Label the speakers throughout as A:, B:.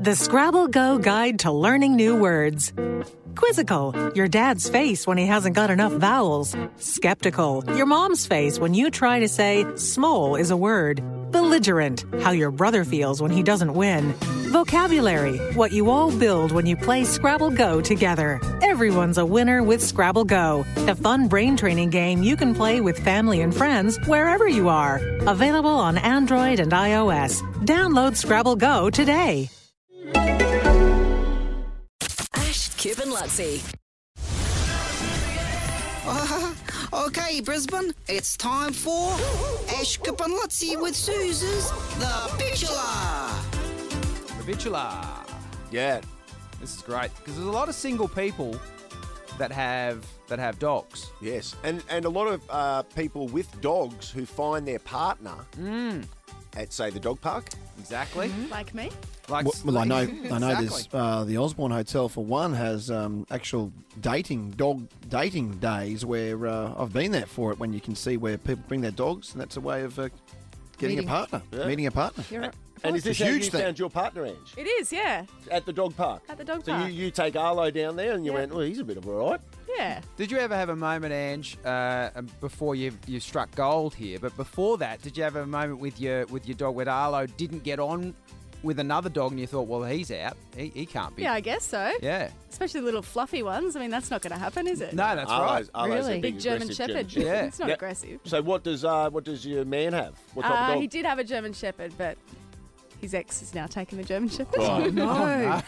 A: The Scrabble Go Guide to Learning New Words. Quizzical, your dad's face when he hasn't got enough vowels. Skeptical, your mom's face when you try to say small is a word. Belligerent, how your brother feels when he doesn't win. Vocabulary, what you all build when you play Scrabble Go together. Everyone's a winner with Scrabble Go, the fun brain training game you can play with family and friends wherever you are. Available on Android and iOS. Download Scrabble Go today.
B: Ash, Cube and Luxie.
C: Okay, Brisbane, it's time for Ash Kapanlatsi with Suze's The Bachelor.
D: Revitula. Yeah, this is great because there's a lot of single people that have that have dogs.
E: Yes, and and a lot of uh, people with dogs who find their partner Hmm. at say the dog park.
D: Exactly.
F: Mm-hmm. Like me?
D: Like
G: Well, well, I know, I know. There's
D: Exactly.
G: uh, the Osborne Hotel for one has um, actual dating dog dating days where uh, I've been there for it when you can see where people bring their dogs and that's a way of uh, getting
F: Meeting.
G: a partner, meeting a partner.
F: You're
E: And is this
G: a
E: how
G: huge
E: you
G: thing.
E: found your partner, Ange?
F: It is, yeah.
E: At the dog park.
F: At the dog
E: so
F: park.
E: you, you take Arlo down there and you
F: Yeah.
E: went, well, he's a bit of a right.
F: Yeah.
D: Did you ever have a moment, Ange, uh, um, before you you struck gold here? But before that, did you have a moment with your with your dog where Arlo didn't get on with another dog, and you thought, well, he's out. He, he can't be.
F: Yeah, I guess so.
D: Yeah.
F: Especially the little fluffy ones. I mean, that's not going to happen, is it?
D: No, that's
E: Arlo's,
D: right.
E: Arlo's a
F: Big,
E: big,
F: German
E: aggressive
F: Shepherd.
E: German
D: Yeah.
F: It's not
E: Yeah.
F: aggressive.
E: So what does uh, what does your man have? What type
F: Uh,
E: of dog?
F: he did have a German Shepherd, but his ex is now taking the German Shepherd.
D: no.
E: Oh,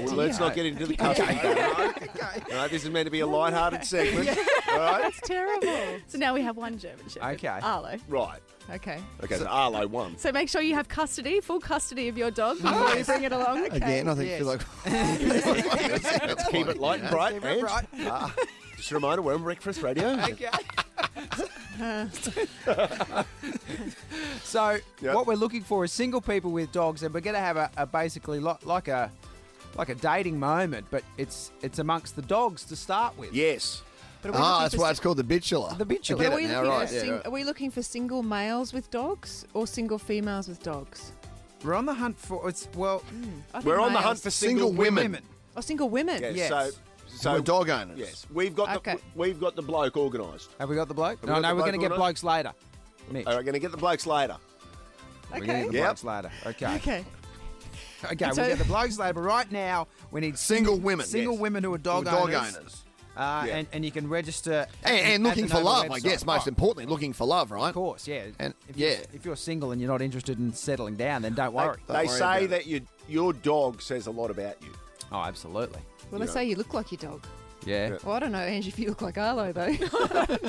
E: well, let's not get into the custody. All right, this is meant to be a light-hearted segment. All right.
F: That's terrible. so now we have one German Shepherd.
D: Okay.
F: Arlo.
E: Right.
F: Okay.
E: Okay. So Arlo won.
F: So make sure you have custody, full custody of your dog before you bring it along.
G: Again, I think feel like
E: Let's keep it light and bright,
D: keep it
E: Ange.
D: bright.
E: Ah, just a reminder, we're on Breakfast Radio.
D: Okay. so
E: Yep.
D: what we're looking for is single people with dogs, and we're going to have a, a basically lo- like a like a dating moment, but it's it's amongst the dogs to start with.
E: Yes.
D: But we're
G: ah,
D: looking
G: that's
D: for
G: why
D: si-
G: it's called the bitchula.
D: The bitula.
G: I
D: Are
G: get it
D: we
G: now,
D: looking
G: right?
D: for
G: yeah,
H: Sing-
G: right.
H: Are we looking for single males with dogs or single females with dogs?
D: We're on the hunt for it's well
H: I think
E: We're on the
H: males.
E: hunt for single,
G: Single women.
H: Or single women.
E: Yes.
D: Yes.
E: So, so
G: We're dog owners.
E: Yes, we've got
H: Okay.
E: the we've got the bloke organised.
D: Have we got the bloke?
E: Have we
D: No,
E: got
D: no,
E: the
D: we're going to
E: bloke
D: get
E: or not?
D: blokes later. Mitch.
E: All right, going to get the blokes later.
D: We're going to get the
E: Yep.
D: blokes later. Okay.
F: Okay.
D: Okay,
F: So-
D: we get the blokes later. But right now, we need
G: Single women,
D: Single
G: yes.
D: women who are dog
G: Who are dog
D: owners.
G: owners.
D: Uh,
E: Yeah.
D: and, and you can register. at
G: and,
D: the-
G: and
D: at
G: looking
D: the
G: for
D: Nova
G: love, I
D: website.
G: guess. Most
D: Right.
G: importantly, looking for love, right?
D: Of course, yeah.
G: And-
D: if
G: yeah.
D: You're, if you're single and you're not interested in settling down, then don't worry.
E: They
G: worry about
E: say
G: it.
E: that your your dog says a lot about you.
D: Oh, absolutely.
H: Well, let's
E: Yeah.
H: say you look like your dog.
D: Yeah.
H: Well, I don't know, Angie, if you look like Arlo, though.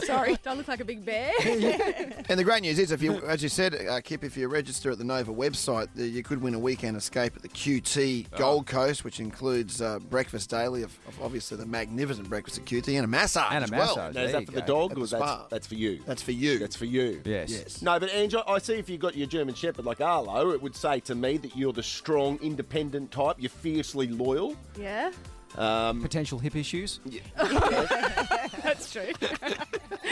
F: Sorry. Don't look like a big bear.
G: And the great news is, if you, as you said, uh, Kip, if you register at the Nova website, uh, you could win a weekend escape at the QT Gold Coast, which includes uh, breakfast daily of, of obviously the magnificent breakfast at QT and a massage.
D: And a
G: as well.
D: massage.
E: Now, is
D: There
E: that
D: you
E: for
D: go.
E: the dog
G: At
E: or
G: the
E: that's,
G: spa.
E: that's for you?
G: That's for you.
E: That's for you.
D: Yes.
G: Yes.
E: No, but Angie, I see if you got your German Shepherd like Arlo, it would say to me that you're the strong, independent type. You're fiercely loyal.
F: yeah,
D: Potential hip issues.
F: that's true.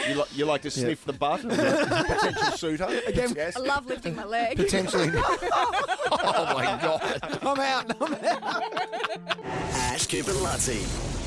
E: You, li- you like to sniff the butt. of a potential suitor. Yes.
F: I love lifting my leg.
G: Potentially. oh my God.
D: I'm out.
B: Ash, Cube and Luxie.